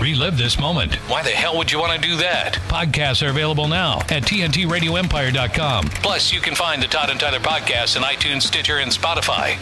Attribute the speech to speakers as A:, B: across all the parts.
A: Relive this moment. Why the hell would you want to do that? Podcasts are available now at TNTRadioEmpire.com. Plus, you can find the Todd and Tyler podcast on iTunes, Stitcher, and Spotify.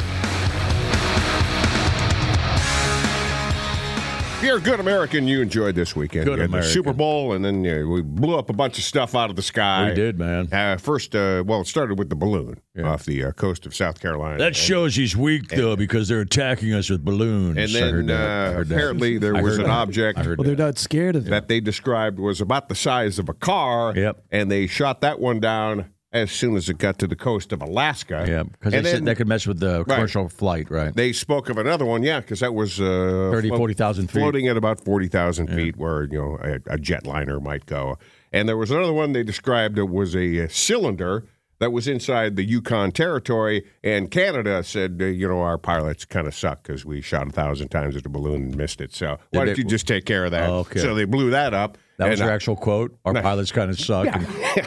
B: If you're a good American, you enjoyed this weekend.
C: Good
B: You had the
C: American.
B: Super Bowl, and then yeah, we blew up a bunch of stuff out of the sky.
C: We did, man.
B: Uh, first, uh, well, it started with the balloon off the uh, coast of South Carolina.
C: That shows he's weak though, because they're attacking us with balloons.
B: And
C: I
B: then,
C: heard that.
B: uh,
C: I heard that.
B: apparently there
C: I
B: was
C: heard
B: an
C: that.
B: object-
C: I heard
D: Well, they're
C: that.
D: not scared of them.
B: that they described was about the size of a car.
C: Yep.
B: And they shot that one down as soon as it got to the coast of Alaska.
C: Yeah, because they
B: And
C: said
B: then
C: that could mess with the commercial flight, right?
B: They spoke of another one, yeah, because that was uh,
C: 30, 40,000 feet.
B: floating at about forty thousand feet, where you know a, a jetliner might go. And there was another one they described that was a, uh, cylinder that was inside the Yukon Territory, and Canada said, uh, you know, our pilots kind of suck because we shot a thousand times at the balloon and missed it. So why don't
C: Did they-
B: you just take care of that?
C: Oh, okay.
B: So they blew that up.
C: that was
B: and, uh,
C: your actual quote. Our pilots kind of suck, and,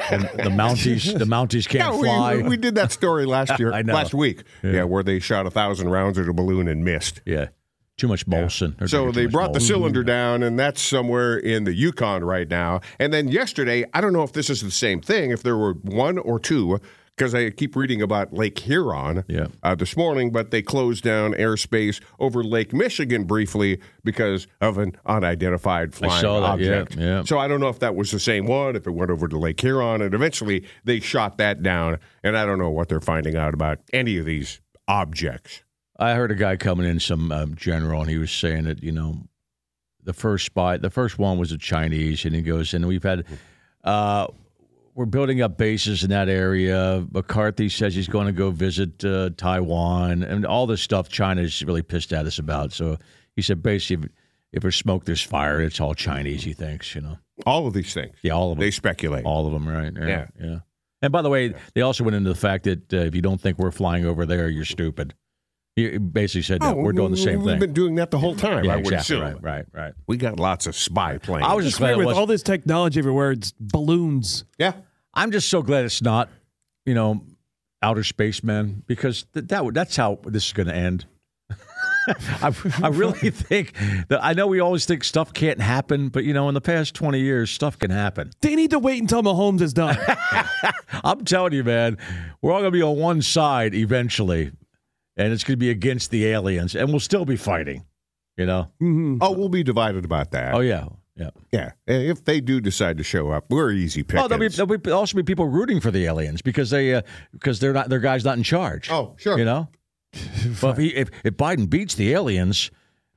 C: and the Mounties, the Mounties can't
B: Yeah, we-
C: fly.
B: We, we did that story last year,
C: I know.
B: last week. Yeah. where they shot a thousand rounds at a balloon and missed.
C: yeah, too much Molson.
B: So
C: They're drinking too
B: they
C: much Mm-hmm.
B: brought the
C: Molson.
B: cylinder down, and that's somewhere in the Yukon right now. And then yesterday, I don't know if this is the same thing, if there were one or two, because I keep reading about Lake Huron
C: Yeah.
B: uh, this morning, but they closed down airspace over Lake Michigan briefly because of an unidentified flying
C: saw that, yeah,
B: object.
C: yeah.
B: So I don't know if that was the same one, if it went over to Lake Huron, and eventually they shot that down. And I don't know what they're finding out about any of these objects.
C: I heard a guy coming in, some um, general, and he was saying that you know, the first spot, the first one was a Chinese, and he goes, and we've had, uh, we're building up bases in that area. McCarthy says he's going to go visit uh, Taiwan, and all this stuff China's really pissed at us about. So he said, basically, if, if there's smoke, there's fire. It's all Chinese. He thinks, you know,
B: All of these things.
C: yeah, all of them,
B: They speculate.
C: all of them, right?
B: Yeah.
C: yeah. And by the way, they also went into the fact that uh, if you don't think we're flying over there, you're stupid. He basically said that
B: Oh,
C: we're doing the
B: we-
C: same
B: we've
C: thing.
B: been doing that the whole time.
C: Yeah,
B: I would
C: exactly.
B: assume.
C: Right, right, right.
B: We got lots of spy planes.
C: I was
D: Just
C: just glad
D: weird
C: it
D: with
C: was.
D: all this technology everywhere, it's balloons.
B: yeah.
C: I'm just so glad it's not, you know, outer space men because th- that would that's how this is going to end. I, I really think that I know we always think stuff can't happen, but you know, in the past 20 years, stuff can happen.
D: They need to wait until Mahomes is done.
C: I'm telling you, man, we're all going to be on one side eventually, and it's going to be against the aliens, and we'll still be fighting, you know?
B: Oh, we'll be divided about that.
C: Oh, yeah. Yeah.
B: yeah. And If they do decide to show up, we're easy pickings.
C: Oh, there'll be, there'll be also be people rooting for the aliens because they uh, because they're not their guys not in charge.
B: Oh, sure.
C: You know, well, if, he, if if Biden beats the aliens,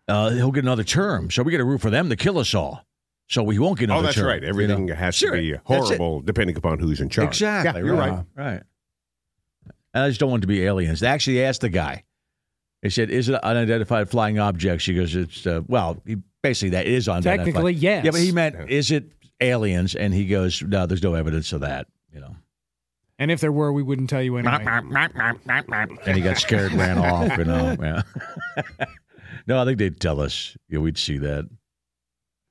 C: uh, he'll get another term. So we got to root for them to kill us all. So we won't get another.
B: oh, that's
C: term,
B: right.
C: you know?
B: Everything has
C: Sure,
B: to be
C: that's it.
B: horrible depending upon who's in charge.
C: Exactly. uh,
B: Yeah, you're right.
C: Right. And I just don't want it to be aliens. They actually asked the guy. They said, "Is it unidentified flying objects?" He goes, "It's uh, well, he, basically that is unidentified."
D: Technically, yes.
C: Yeah, but he meant, "Is it aliens?" And he goes, "No, there's no evidence of that." You know.
E: And if there were, we wouldn't tell you anyway.
C: and he got scared and ran off. You know, yeah. no, I think they'd tell us. Yeah, we'd see that.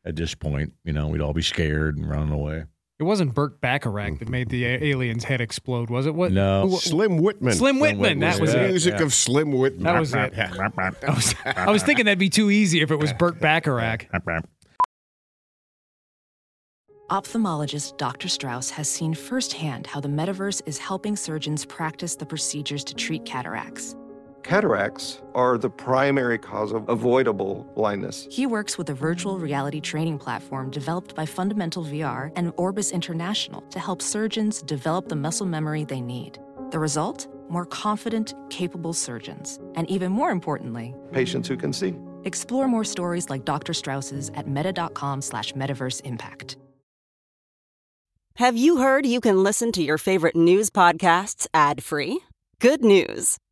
C: At this point, you know, we'd all be scared and running away.
E: It wasn't Burt Bacharach that made the a- alien's head explode, was it? What?
C: No.
E: who-
B: Slim Whitman.
E: Slim Whitman. That was
C: Yeah.
E: it.
B: Music of Slim Whitman.
E: That was it. I was, I was thinking that'd be too easy if it was Burt Bacharach.
F: Ophthalmologist Dr. Strauss has seen firsthand how the metaverse is helping surgeons practice the procedures to treat cataracts.
G: Cataracts are the primary cause of avoidable blindness.
F: He works with a virtual reality training platform developed by Fundamental VR and Orbis International to help surgeons develop the muscle memory they need. The result? More confident, capable surgeons. And even more importantly,
G: Patients who can see.
F: explore more stories like Dr. Strauss's at meta.com slash metaverse impact.
H: Have you heard you can listen to your favorite news podcasts ad free? Good news!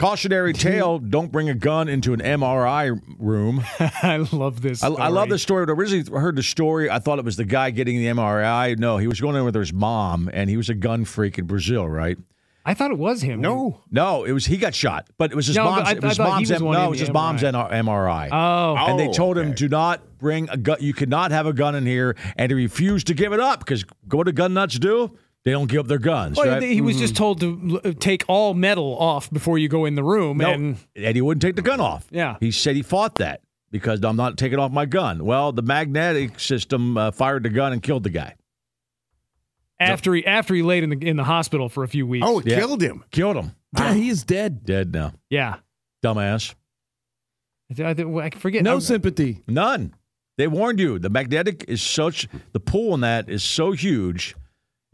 C: Cautionary tale: Don't bring a gun into an MRI room.
E: I love this.
C: I,
E: Story.
C: I love this story. When I originally heard the story, I thought it was the guy getting the MRI. No, he was going in with his mom, and he was a gun freak in Brazil, right?
E: I thought it was him.
B: No.
C: No, it was he got shot, but it was his
E: No,
C: mom's.
E: I-
C: it was
E: I thought he
C: mom's.
E: was
C: M-
E: one
C: no,
E: in
C: it was
E: the
C: his mom's
E: MRI.
C: NR- MRI.
E: Oh.
C: and they
B: Oh,
C: told him,
B: okay.
C: "Do not bring a gun. You cannot have a gun in here." And he refused to give it up because what do gun nuts do? They don't give up their guns,
E: Well,
C: right?
E: he was just told to l- uh, take all metal off before you go in the room.
C: No,
E: And
C: Eddie wouldn't take the gun off.
E: Yeah.
C: He said he fought that because I'm not taking off my gun. Well, the magnetic system uh, fired the gun and killed the guy.
E: after he after he laid in the in the hospital for a few weeks.
B: Oh, it
C: Yeah.
B: killed him.
C: Killed him.
D: Yeah, he is dead.
C: Dead now.
E: yeah.
C: Dumbass.
E: I, th- I, th- I forget. Oh,
D: No
E: I-
D: sympathy.
C: None. They warned you. The magnetic is such, the pull on that is so huge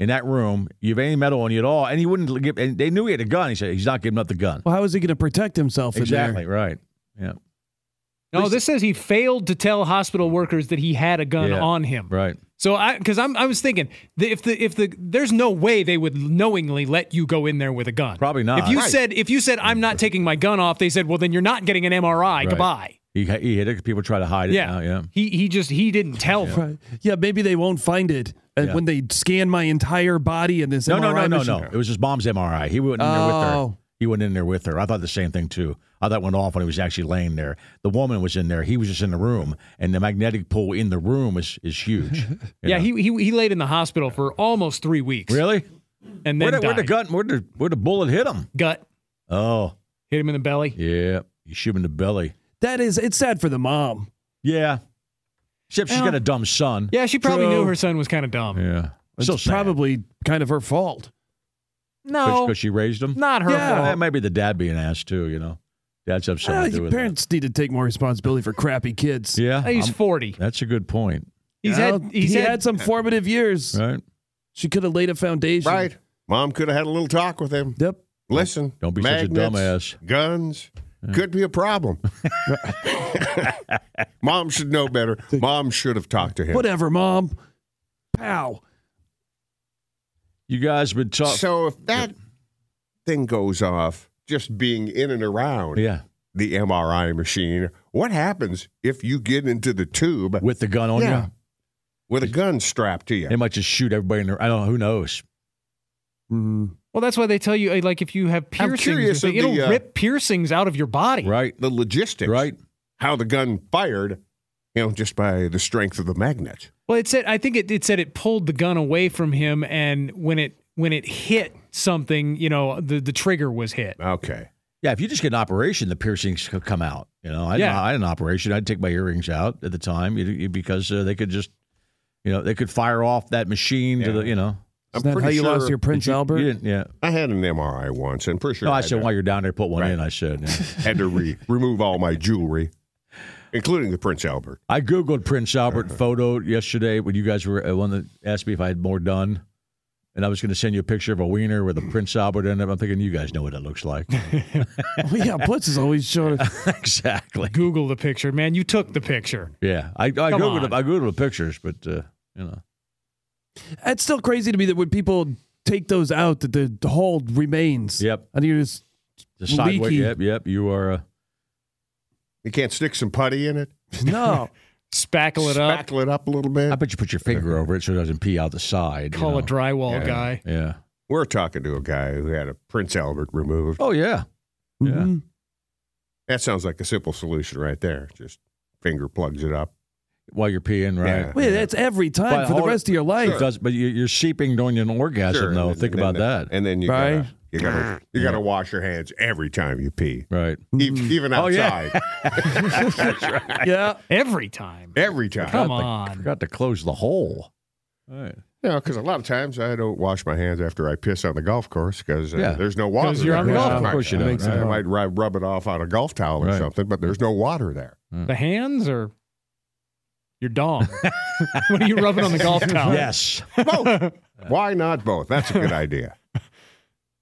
C: in that room. You have any metal on you at all. And he wouldn't give, and they knew he had a gun. He said, he's not giving up the gun.
D: Well, how is he going to protect himself? in
C: exactly.
D: there?
C: Right. Yeah.
E: No, this says he failed to tell hospital workers that he had a gun
C: Yeah.
E: on him.
C: Right.
E: So I because I'm I was thinking that if the if the there's no way they would knowingly let you go in there with a gun.
C: Probably not.
E: If you
C: Right.
E: said if you said I'm not taking my gun off, they said, well then you're not getting an MRI. Goodbye.
C: He, he hit it. People try to hide it.
E: Yeah.
C: now, Yeah.
E: He he just he didn't tell them.
D: Right. Yeah, maybe they won't find it uh,
C: Yeah.
D: when they scan my entire body in this.
C: No,
D: MRI
C: no, no, no,
D: machine.
C: no. It was his mom's MRI. He went in there with her.
D: Oh.
C: He went in there with her. I thought the same thing too. I thought it went off when he was actually laying there. The woman was in there. He was just in the room, and the magnetic pull in the room is is huge. you
E: Yeah,
C: know.
E: he, he he laid in the hospital for almost three weeks.
C: really.
E: And
C: Where
E: then
C: the, where the gun?
E: died.
C: Where the where the bullet hit him?
E: gut
C: Oh,
E: hit him in the belly.
C: yeah. He shoot him in the belly.
D: That is, it's sad for the mom.
C: Yeah. Except she's
E: Well,
C: got a dumb son.
E: Yeah, she probably
D: True.
E: knew her son was kind of dumb.
C: Yeah.
D: It's
C: So sad.
D: probably kind of her fault.
E: No,
C: because she raised him.
E: not her
D: Yeah.
E: fault.
C: That might be the dad being ass too. You know, dads have something
D: Uh,
C: to do
D: your
C: with it.
D: parents need to take more responsibility for crappy kids.
C: Yeah.
E: He's
C: I'm-
E: forty.
C: that's a good point.
E: He's
D: You
E: had
D: know,
E: he's
D: he
E: had,
D: had some formative years.
C: Right.
D: She could have laid a foundation.
B: Right. Mom could have had a little talk with him.
D: Yep.
B: Listen.
C: Don't be such a
B: magnets, Guns could be a problem. Mom should know better. Mom should have talked to him.
D: Whatever, mom. Pow.
C: You guys been talking.
B: So if that thing goes off, just being in and around
C: yeah.
B: the MRI machine, what happens if you get into the tube
C: with the gun on
B: Yeah.
C: you.
B: with a gun strapped to you?
C: They might just shoot everybody in there. I don't know. Who knows?
E: Well, that's why they tell you, eh, like, if you have
B: I'm
E: piercings,
B: curious
E: if they-
B: of
E: it'll
B: the, uh,
E: rip piercings out of your body.
C: Right.
B: The logistics,
C: Right.
B: How the gun fired, you know, just by the strength of the magnet.
E: Well, it said, I think it, it said it pulled the gun away from him, and when it when it hit something, you know, the the trigger was hit.
B: Okay.
C: Yeah. If you just get an operation, the piercings could come out. You know, I,
E: Yeah.
C: I had an operation. I'd take my earrings out at the time you- you- because uh, they could just, you know, they could fire off that machine to the, you know.
B: I'm
D: Isn't that how
B: pretty
D: you
B: sure
D: lost your Prince
C: You-
D: Albert?
C: You didn't, yeah.
B: I had an MRI once, and pretty sure
C: No, I
B: had
C: said,
B: to-
C: while you're down there, put one
B: Right.
C: in. I said, yeah.
B: had to re- remove all my jewelry, including the Prince Albert.
C: I Googled Prince Albert photo yesterday when you guys were uh, one that asked me if I had more done. And I was going to send you a picture of a wiener with a Prince Albert in it. I'm thinking you guys know what that looks like.
D: Well, yeah, Blitz is always showing.
C: exactly.
E: Google the picture, man. You took the picture.
C: Yeah, I, I googled
E: on.
C: it- I googled the pictures, but uh, you know,
D: It's still crazy to me that when people take those out, that the the hole remains.
C: Yep.
D: And you just
C: the sideways.
D: Leaky.
C: Yep, yep. You are. Uh,
B: You can't stick some putty in it,
D: no.
E: Spackle it up.
B: spackle it up a little bit.
C: I bet you put your finger over it so it doesn't pee out the side. you
E: Call a
C: know.
E: drywall
B: Yeah.
E: guy.
C: Yeah.
B: We're talking to a guy who had a Prince Albert removed.
C: Oh yeah. Yeah.
B: Mm-hmm.
D: Mhm.
B: That sounds like a simple solution right there. Just finger plugs it up.
C: while you're peeing, right?
B: Yeah.
D: Wait, that's every time
C: But
D: for the
C: hold-
D: rest of your life.
C: It does, but you- you're seeping during an orgasm,
B: Sure,
C: though.
B: and then-
C: Think
B: and
C: about
B: then-
C: that.
B: And then you
D: Right?
B: gotta you gotta you gotta wash your hands every time you pee,
C: right.
B: E- even
C: Oh, yeah.
B: outside.
D: Yeah.
E: Every time.
B: Every time.
E: Come
C: Forgot to-
E: on.
C: forgot to close the hole. All right.
B: Yeah, because a lot of times I don't wash my hands after I piss on the golf course because uh,
C: Yeah.
B: there's no water.
E: 'Cause you're
B: there.
E: on the golf
B: I might-
C: Of course you
B: I
C: don't,
B: might-
C: right.
B: I might rub, rub it off on a golf towel or
C: Right.
B: something, but there's no water there.
E: The hands or your dong? what are you rubbing on the golf towel?
C: Yes.
B: Both. Why not both? That's a good idea.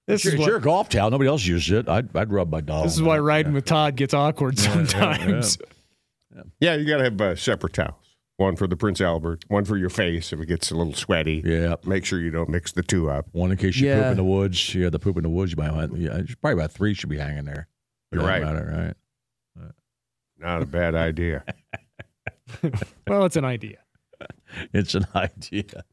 E: This
C: it's
E: is
C: your
E: what,
C: golf towel. Nobody else uses it. I'd, I'd rub my dog.
E: this is why riding with Todd gets awkward sometimes.
B: Yeah, you got to have uh, separate towels. One for the Prince Albert, one for your face if it gets a little sweaty.
C: Yeah.
B: Make sure you don't mix the two up.
C: One in case you
D: Yeah.
C: poop in the woods. Yeah, the poop in the woods. You might want. Yeah, it's probably about three should be hanging there.
B: You're right.
C: About it, right.
B: Not a bad idea.
E: Well, it's an idea.
C: It's an idea.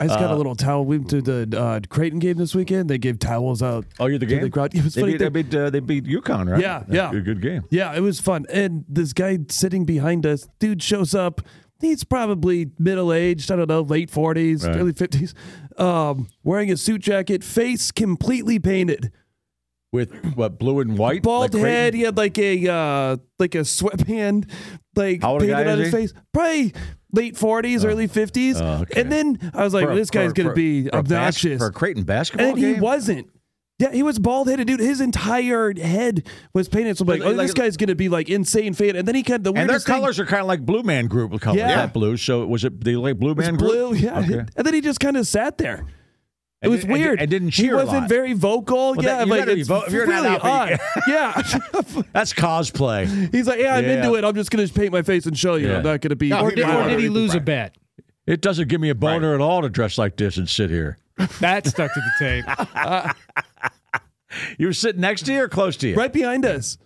D: I just got
C: Uh,
D: a little towel. We went to the uh, Creighton game this weekend. They gave towels out.
C: Oh, you're the
D: To
C: game.
D: the crowd. It was
C: they,
D: funny
C: beat,
D: thing.
C: they beat uh, they beat UConn, right?
D: Yeah,
C: That's
D: yeah.
C: A good game.
D: Yeah, it was fun. And this guy sitting behind us, dude shows up. He's probably middle aged, I don't know, late 40s,
C: Right.
D: early 50s, um, wearing a suit jacket, face completely painted.
C: With what blue and white?
D: Bald
C: Like Creighton?
D: head. He had like a uh, like a sweatband, like
C: How old a
D: painted
C: guy
D: on
C: is
D: his face. Probably late forties, early fifties.
C: oh, okay.
D: And then I was like,
C: For a-
D: this guy's
C: for-
D: gonna
C: for-
D: be
C: for a bas-
D: obnoxious.
C: for a Creighton basketball
D: and he
C: game.
D: wasn't. Yeah, he was bald headed, dude. His entire head was painted. So I'm like,
C: Like-
D: oh, this
C: like-
D: guy's gonna be like insane fan. And then he kind of the
C: And their
D: weirdest thing-
C: colors are kind of like Blue Man Group colors,
D: Yeah.
C: not blue. So was it the like Blue
D: It was
C: Man
D: blue,
C: Group?
D: yeah.
C: Okay.
D: And then he just kind of sat there. It
C: And
D: was
C: di- and di-
D: weird.
C: and didn't
D: He
C: cheer a
D: wasn't
C: lot.
D: very vocal.
C: Well,
D: yeah,
C: that- you
D: like
C: gotta be
D: it's
C: vo- if you're not
D: really
C: out there,
D: odd. yeah.
C: That's cosplay.
D: He's like, yeah, I'm
C: Yeah.
D: into it. I'm just gonna paint my face and show you.
C: Yeah.
D: I'm not gonna be.
B: No,
E: Or did, or
B: might-
E: did he lose a bet?
C: It doesn't give me a boner at all to dress like this and sit here.
E: That stuck to the tape.
C: You were sitting next to you or close to you?
D: right behind us.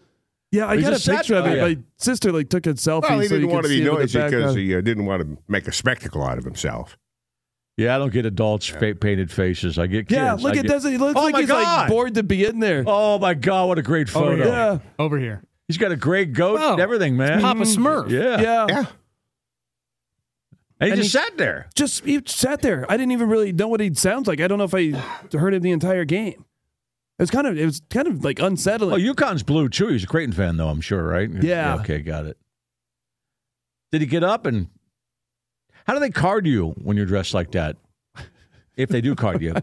D: Yeah, I
C: He
D: got a
C: just sat-
D: picture of
C: oh,
D: it.
C: yeah.
D: My sister like took a selfie.
B: Well, he
D: so you
B: didn't
D: could
B: want to
D: see
B: be
D: it in the
B: noisy because
D: background.
B: he uh, didn't want to make a spectacle out of himself.
C: Yeah, I don't get adults fa- painted faces. I get kids.
D: Yeah,
C: I
D: look, it
C: get-
D: doesn't. He looks
C: Oh
D: like
C: my
D: he's
C: God.
D: like bored to be in there.
C: Oh my God! What a great
E: Over
C: photo.
E: here.
D: Yeah.
E: Over here.
C: He's got a gray goat
E: Wow.
C: and everything, man.
E: Papa Smurf.
C: Yeah.
D: yeah.
B: Yeah.
C: And he
D: And
C: just
D: he-
C: sat there.
D: Just he sat there. I didn't even really know what he sounds like. I don't know if I heard him the entire game. It was kind of it was kind of like unsettling.
C: Oh, UConn's blue too. He's a Creighton fan, though. I'm sure, right?
D: Yeah.
C: Okay, got it. Did he get up and? How do they card you when you're dressed like that? If they do card you,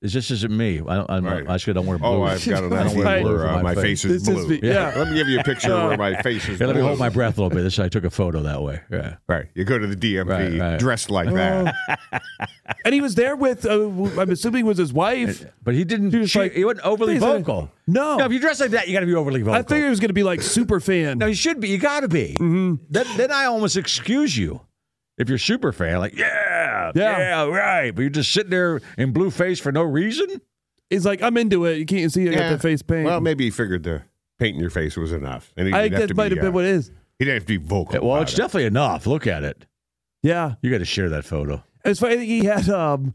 C: is this isn't me? I don't. I'm,
B: Right.
C: I should don't wear blue.
B: Oh, I've got an
D: Right.
B: idea where uh,
C: Blue
B: my face is
D: This is-
B: blue.
D: yeah.
B: Let me give you a picture where my face is
C: Yeah, let me
B: blue.
C: hold my breath a little bit. This I took a photo that way. Yeah.
B: Right. You go to the DMV
C: Right, right. Oh,
B: dressed like that.
D: and he was there with uh, I'm assuming it was his wife.
C: But he didn't.
D: He was
C: cheer-
D: like-
C: he wasn't overly
D: He's like-
C: vocal.
D: No.
C: No, if you dress like that, you got to be overly vocal.
D: I figured it was going to be like super fan.
C: No, you should be. You got to be. Then, then I almost excuse you if you're super fan. Like, yeah, yeah,
D: Yeah.
C: right. But you're just sitting there in blue face for no reason.
D: He's like, I'm into it. You can't see I got the face paint.
B: Well, maybe he figured the painting your face was enough. And he didn't
D: I think
B: have
D: that
B: to
D: might
B: be,
D: have
B: uh,
D: been what it is.
B: He didn't have to be vocal.
C: Yeah, well,
B: about
C: it's
B: it.
C: definitely enough. Look at it.
D: Yeah.
C: You got to share that photo.
D: It's funny. He had um,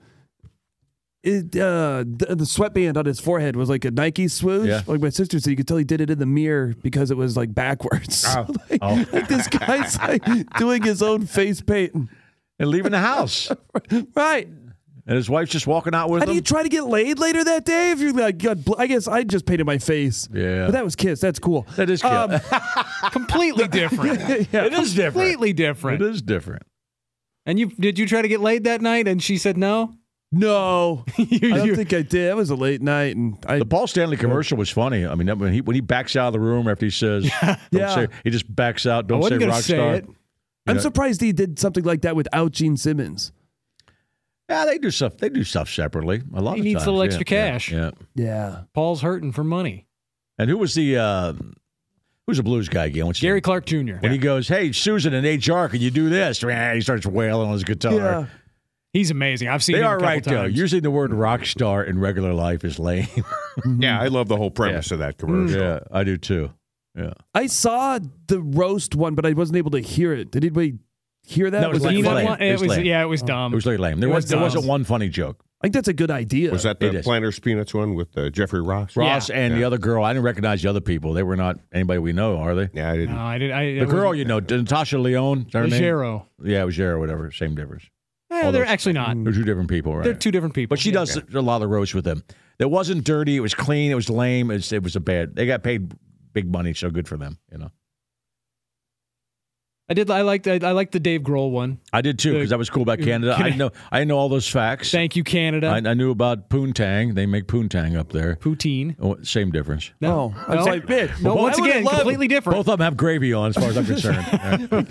D: it, uh, the, the sweatband on his forehead was like a Nike swoosh.
C: Yeah.
D: Like my sister said, you could tell he did it in the mirror because it was like backwards. like,
C: Oh.
D: like this guy's like doing his own face painting.
C: And leaving the house,
D: Right.
C: and his wife's just walking out with
D: How
C: him.
D: do you try to get laid later that day if you're like, God, bl- I guess I just painted my face.
C: Yeah.
D: But that was Kiss. That's cool.
C: that is cute.
D: Um,
E: Completely different.
D: yeah.
C: it is different.
E: Completely different.
C: It is different.
E: And you did you try to get laid that night? And she said no.
D: No. I
E: You-
D: don't
E: you-
D: think I did. It was a late night and I.
C: The Paul Stanley commercial was funny. I mean, that- when he when he backs out of the room after he says, "Don't
D: Yeah.
C: say," he just backs out.
E: I
C: Don't say
E: wasn't gonna
C: rock
E: say
C: star.
E: it.
D: I'm
C: Yeah.
D: surprised he did something like that without Gene Simmons.
C: Yeah, they do stuff. They do stuff separately. A lot
E: He
C: of
E: needs
C: times.
E: a
C: yeah,
E: little extra
C: yeah,
E: cash.
C: yeah.
D: Yeah.
E: Paul's hurting for money.
C: And who was the uh, who's the blues guy again? What's his
E: Gary
C: name?
E: Clark Jr.
C: When he goes, "Hey, Susan and HR, can you do this?" He starts wailing on his guitar.
D: Yeah.
E: He's amazing. I've seen.
C: They
E: him a
C: are
E: couple
C: right though.
E: times.
C: Using the word rock star in regular life is lame.
B: Yeah, I love the whole premise of that commercial.
C: yeah, I do too. Yeah.
D: I saw the roast one, but I wasn't able to hear it. Did anybody hear that?
C: That was
D: was
C: like
D: that
E: Peanut
D: funny?
C: lame.
E: one-
C: It
E: It
C: was
E: was
C: lame.
E: yeah, it was dumb.
C: It was really lame. There
E: It
C: was,
E: was
C: there
E: dumb.
C: wasn't one funny joke.
D: I think that's a good idea.
B: Was that
C: Mm. It
B: the
C: is.
B: Planters Peanuts one with uh, Jeffrey Ross?
C: Ross and the
B: Yeah.
C: other girl. I didn't recognize the other people. They were not anybody we know, are they?
B: Yeah, I
E: No,
B: didn't.
E: I did. I,
C: The girl, you know, Natasha Leone. is that her name?
E: Legero.
C: Yeah, it was Jero, whatever. Same difference.
E: Eh,
C: All
E: they're
C: those-
E: actually not.
C: They're two different people, right?
E: They're two different people.
C: But she does a lot of the roast with them. That wasn't dirty. It was clean. It was lame. It was, it was a bad. They got paid big money, so good for them. You know,
E: I did. I liked. I, I liked the Dave Grohl one.
C: I did too because
E: The-
C: I was cool about Canada. I know. I know all those facts.
E: Thank you, Canada.
C: I, I knew about poontang. They make poontang up there.
E: Poutine.
C: Oh, same difference.
D: No, I was
E: No.
D: like, bitch.
E: No,
D: I
E: once
D: would've
E: again,
D: loved
E: completely different.
C: Both of them have gravy on, as far as I'm concerned.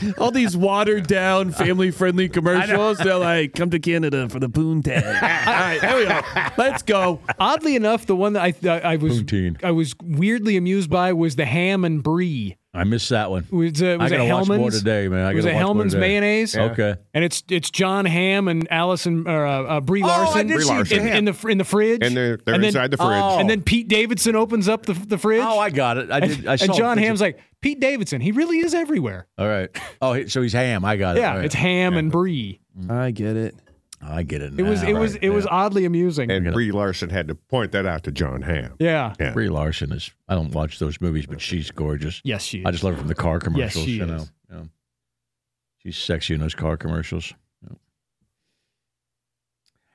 C: Yeah.
D: all these watered down, family friendly commercials. They're like, come to Canada for the poontang. all right, there we go. Let's go.
E: Oddly enough, the one that I I, I was
C: Poutine.
E: I was weirdly amused by was the ham and brie.
C: I missed that one.
E: It was, uh, it
C: I
E: was a
C: gotta watch more
E: Hellman's
C: today, man. I
E: it was a
C: gotta watch more
E: Hellman's
C: today.
E: mayonnaise.
C: Okay.
E: And it's it's John Ham and Allison or uh, uh, Brie
C: Oh, I
E: Larson,
C: did Brie see Larson.
E: In, in the fr- in the fridge.
B: And they're, they're
E: And then-
B: inside the fridge.
C: Oh.
E: And then Pete Davidson opens up the, the fridge.
C: Oh, I got it. I
E: and,
C: did. I
E: and
C: saw
E: John
C: pictures.
E: Ham's like Pete Davidson. He really is everywhere.
C: All right. Oh, he- so he's ham. I got it.
E: Yeah,
C: All right.
E: it's Ham and Brie.
D: I get it.
C: Oh, I get it.
E: It was
C: now.
E: it was
C: Right,
E: it was
C: yeah.
E: oddly amusing.
B: And Brie Larson had to point that out to John Hamm.
E: yeah.
B: Yeah.
C: Brie Larson is. I don't watch those movies, but she's gorgeous.
E: Yes, she. Is.
C: I just love her from the car commercials.
E: she
C: you know.
E: is.
C: Yeah. She's sexy in those car commercials. Yeah.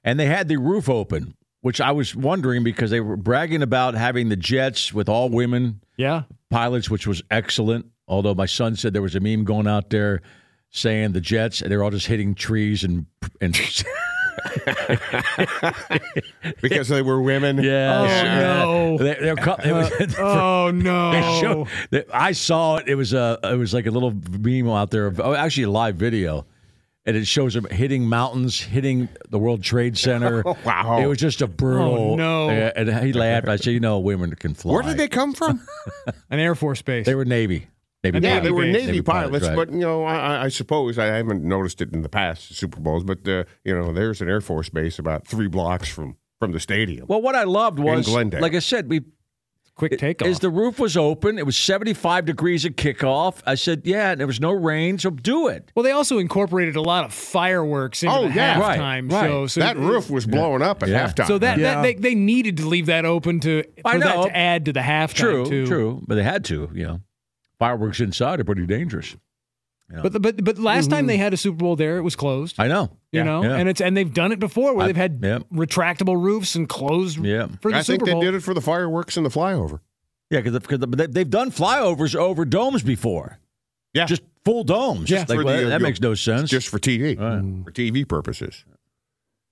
C: And they had the roof open, which I was wondering because they were bragging about having the jets with all women
E: yeah.
C: pilots, which was excellent. Although my son said there was a meme going out there saying the jets and they're all just hitting trees and and
B: Because they were women.
C: yeah.
E: Oh no.
C: They, they're, co- it was-
E: oh
C: They
E: no.
C: show- they- I saw it. It was a. It was like a little meme out there. Of, oh, actually, a live video, and it shows them hitting mountains, hitting the World Trade Center.
B: Oh, Wow.
C: It was just a brutal.
E: Oh, no.
C: Yeah, And he laughed. I said, "You know, women can fly."
B: Where did they come from?
E: An Air Force base.
C: They were Navy. Navy.
B: yeah,
C: pilots.
B: they were
E: Navy
B: Navy,
C: pilots,
B: pilots,
C: right.
B: but you know, I, I- I suppose I haven't noticed it in the past Super Bowls, but uh, you know, there's an Air Force base about three blocks from from the stadium.
C: Well, what I loved was,
B: Glendale.
C: like I said, we
E: Quick takeoff.
C: is the roof was open. It was seventy-five degrees at kickoff. I said, "Yeah," and there was no rain, so do it.
E: well, they also incorporated a lot of fireworks into
B: Oh,
E: the
B: yeah.
C: Right,
E: halftime
C: right.
E: show. So
B: that roof was blowing up at
C: Yeah.
B: halftime.
E: So that,
D: Yeah.
E: that they, they needed to leave that open to for
C: I know.
E: that to add to the halftime
C: True,
E: too.
C: true, but they had to. You know, fireworks inside are pretty dangerous.
E: But the, but but last time they had a Super Bowl there, it was closed.
C: I know.
E: you know,
C: Mm-hmm. Yeah.
E: and it's and they've done it before where
C: I-
E: they've had
C: yeah.
E: retractable roofs and closed
C: Yeah.
E: for the
B: I think
E: Super
B: they
E: Bowl.
B: did it for the fireworks and the flyover.
C: Yeah, because they, they've done flyovers over domes before.
B: Yeah.
C: Just full domes.
E: Yeah.
C: Just like,
B: For
C: well,
B: the-
C: that
B: you-
C: makes no sense.
B: just for TV,
C: Right.
B: for TV purposes.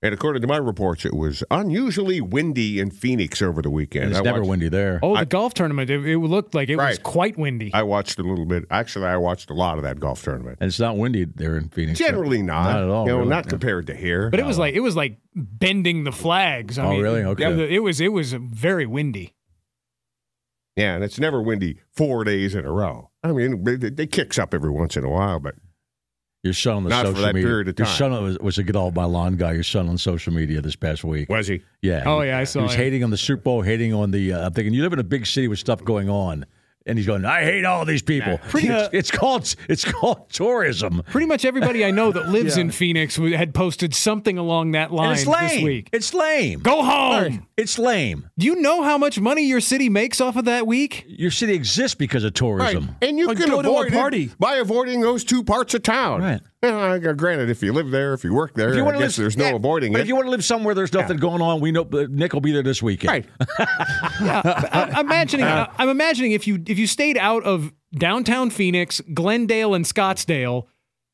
B: And according to my reports, it was unusually windy in Phoenix over the weekend.
C: And it's
B: I
C: never
B: watched,
C: windy there.
E: Oh, the golf tournament! It, it looked like it was
B: Right.
E: quite windy.
B: I watched a little bit. Actually, I watched a lot of that golf tournament.
C: And it's not windy there in Phoenix.
B: Generally not.
C: Not at all.
B: You know,
C: really.
B: not
C: Yeah.
B: compared to here.
E: But it was like it was like bending the flags. I
C: Oh,
E: mean,
C: really? Okay.
E: yeah, the- It was it was very windy.
B: yeah, and it's never windy four days in a row. I mean, they, they kicks up every once in a while, but
C: Your son on the
B: Not for
C: social
B: that
C: media.
B: period of
C: Your
B: time.
C: son was, was a get all by lawn guy. Your son on social media this past week.
B: was he?
C: Yeah.
E: Oh,
C: he-
E: yeah, I saw
C: He was
E: it.
C: hating on the Super Bowl, hating on the. Uh, I'm thinking you live in a big city with stuff going on, and he's going, "I hate all these people."
E: Pretty-
C: it's, it's called it's called tourism.
E: Pretty much everybody I know that lives in Phoenix w- had posted something along that
C: And
E: line
C: it's lame.
E: this week.
C: It's lame.
E: Go home.
C: It's lame.
E: Do you know how much money your city makes off of that week?
C: Your city exists because of tourism.
B: And you
D: Like,
B: can
D: go to a
B: avoid it
D: party.
B: by avoiding those two parts of town.
C: Right.
B: Yeah, granted, if you live there, if you work there,
C: If you
B: I
C: want to
B: guess
C: live,
B: there's no
C: yeah,
B: avoiding
C: But
B: it.
C: if you want to live somewhere, there's nothing going on. We know but Nick will be there this weekend.
B: right.
E: I, I'm imagining.
C: Uh-huh.
E: I'm imagining if you if you stayed out of downtown Phoenix, Glendale, and Scottsdale,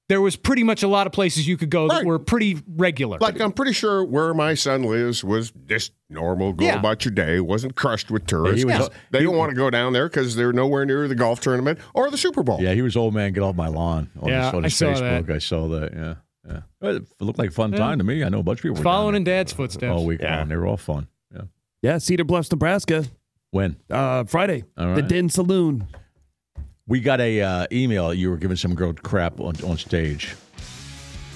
E: there was pretty much a lot of places you could go that
B: Right.
E: were pretty regular.
B: Like I'm pretty sure where my son lives was just normal. Go
E: Yeah.
B: about your day. wasn't crushed with tourists.
C: he was-
B: They don't want to go down there because they're nowhere near the golf tournament or the Super Bowl.
C: Yeah, he was old man. Get off my lawn. On
E: Yeah,
C: his, on
E: I
C: his
E: saw
C: Facebook,
E: that.
C: I saw that. Yeah, yeah. Well, It looked like a fun time to me. I know a bunch of people were
E: Following in
C: down there
E: Dad's footsteps.
C: all week
B: Yeah.
C: long. They were all fun. Yeah.
D: Yeah, Cedar Bluffs, Nebraska,
C: When
D: uh, Friday,
C: All right.
D: the Den Saloon.
C: we got a uh, email, you were giving some girl crap on, on stage.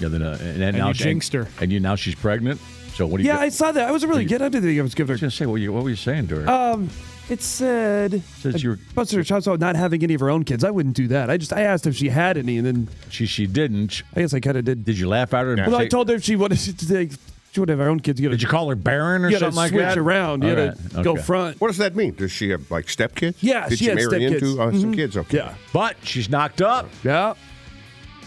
C: Yeah, then uh, and,
E: And
C: now
E: you
C: she-
E: jinxed her.
C: And you now she's pregnant. So what do you?
D: Yeah, I saw that. I wasn't really
C: you-
D: good. I didn't think I was
C: I was
D: giving her.
C: gonna say what, you, what were you saying to her?
D: Um, It said
C: Says you're-
D: about her child about not having any of her own kids. I wouldn't do that. I just I asked if she had any, and then
C: She she didn't.
D: I guess I kind of did.
C: Did you laugh at her? and
D: Well, I
C: say-
D: told her if she wanted to take, she would have her own kids. You
C: Did you
D: gotta,
C: call her Baron or
D: you gotta
C: something like
D: switch
C: that?
D: around. You
C: All
D: gotta
C: right,
D: go
C: okay.
D: front.
B: What does that mean? Does she have like stepkids?
D: Yeah,
B: Did
D: she
B: she
D: had
B: marry into
D: stepkids.
B: uh,
C: Mm-hmm.
B: some kids? Okay.
D: Yeah,
C: But she's knocked up.
D: yeah.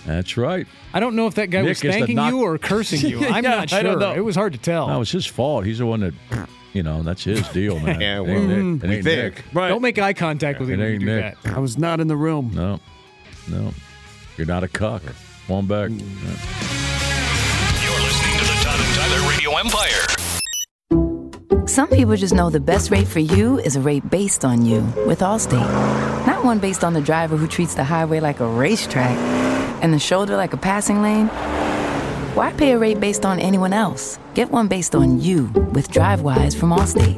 C: That's right.
I: I don't know if that guy
C: Nick
I: was
C: is the
I: thanking
C: knock-
I: you or cursing you. I'm
D: Yeah,
I: not sure.
D: I don't know.
I: It was hard to tell.
C: No, it's his fault. He's the one that, you know, that's his deal, man.
B: Yeah,
C: It
B: well,
C: ain't Nick. It
B: we
C: ain't
B: think.
C: Nick.
D: Right.
I: Don't make eye contact with
C: It
I: him when you
C: ain't
I: do
C: Nick.
I: that.
D: I was not in the room.
C: No, no, you're not a cuck. Come on back.
B: Mm.
C: Yeah.
A: You're listening to the Todd and Tyler Radio Empire.
E: Some people just know the best rate for you is a rate based on you with Allstate. Not one based on the driver who treats the highway like a racetrack and the shoulder like a passing lane. Why pay a rate based on anyone else? Get one based on you with DriveWise from Allstate.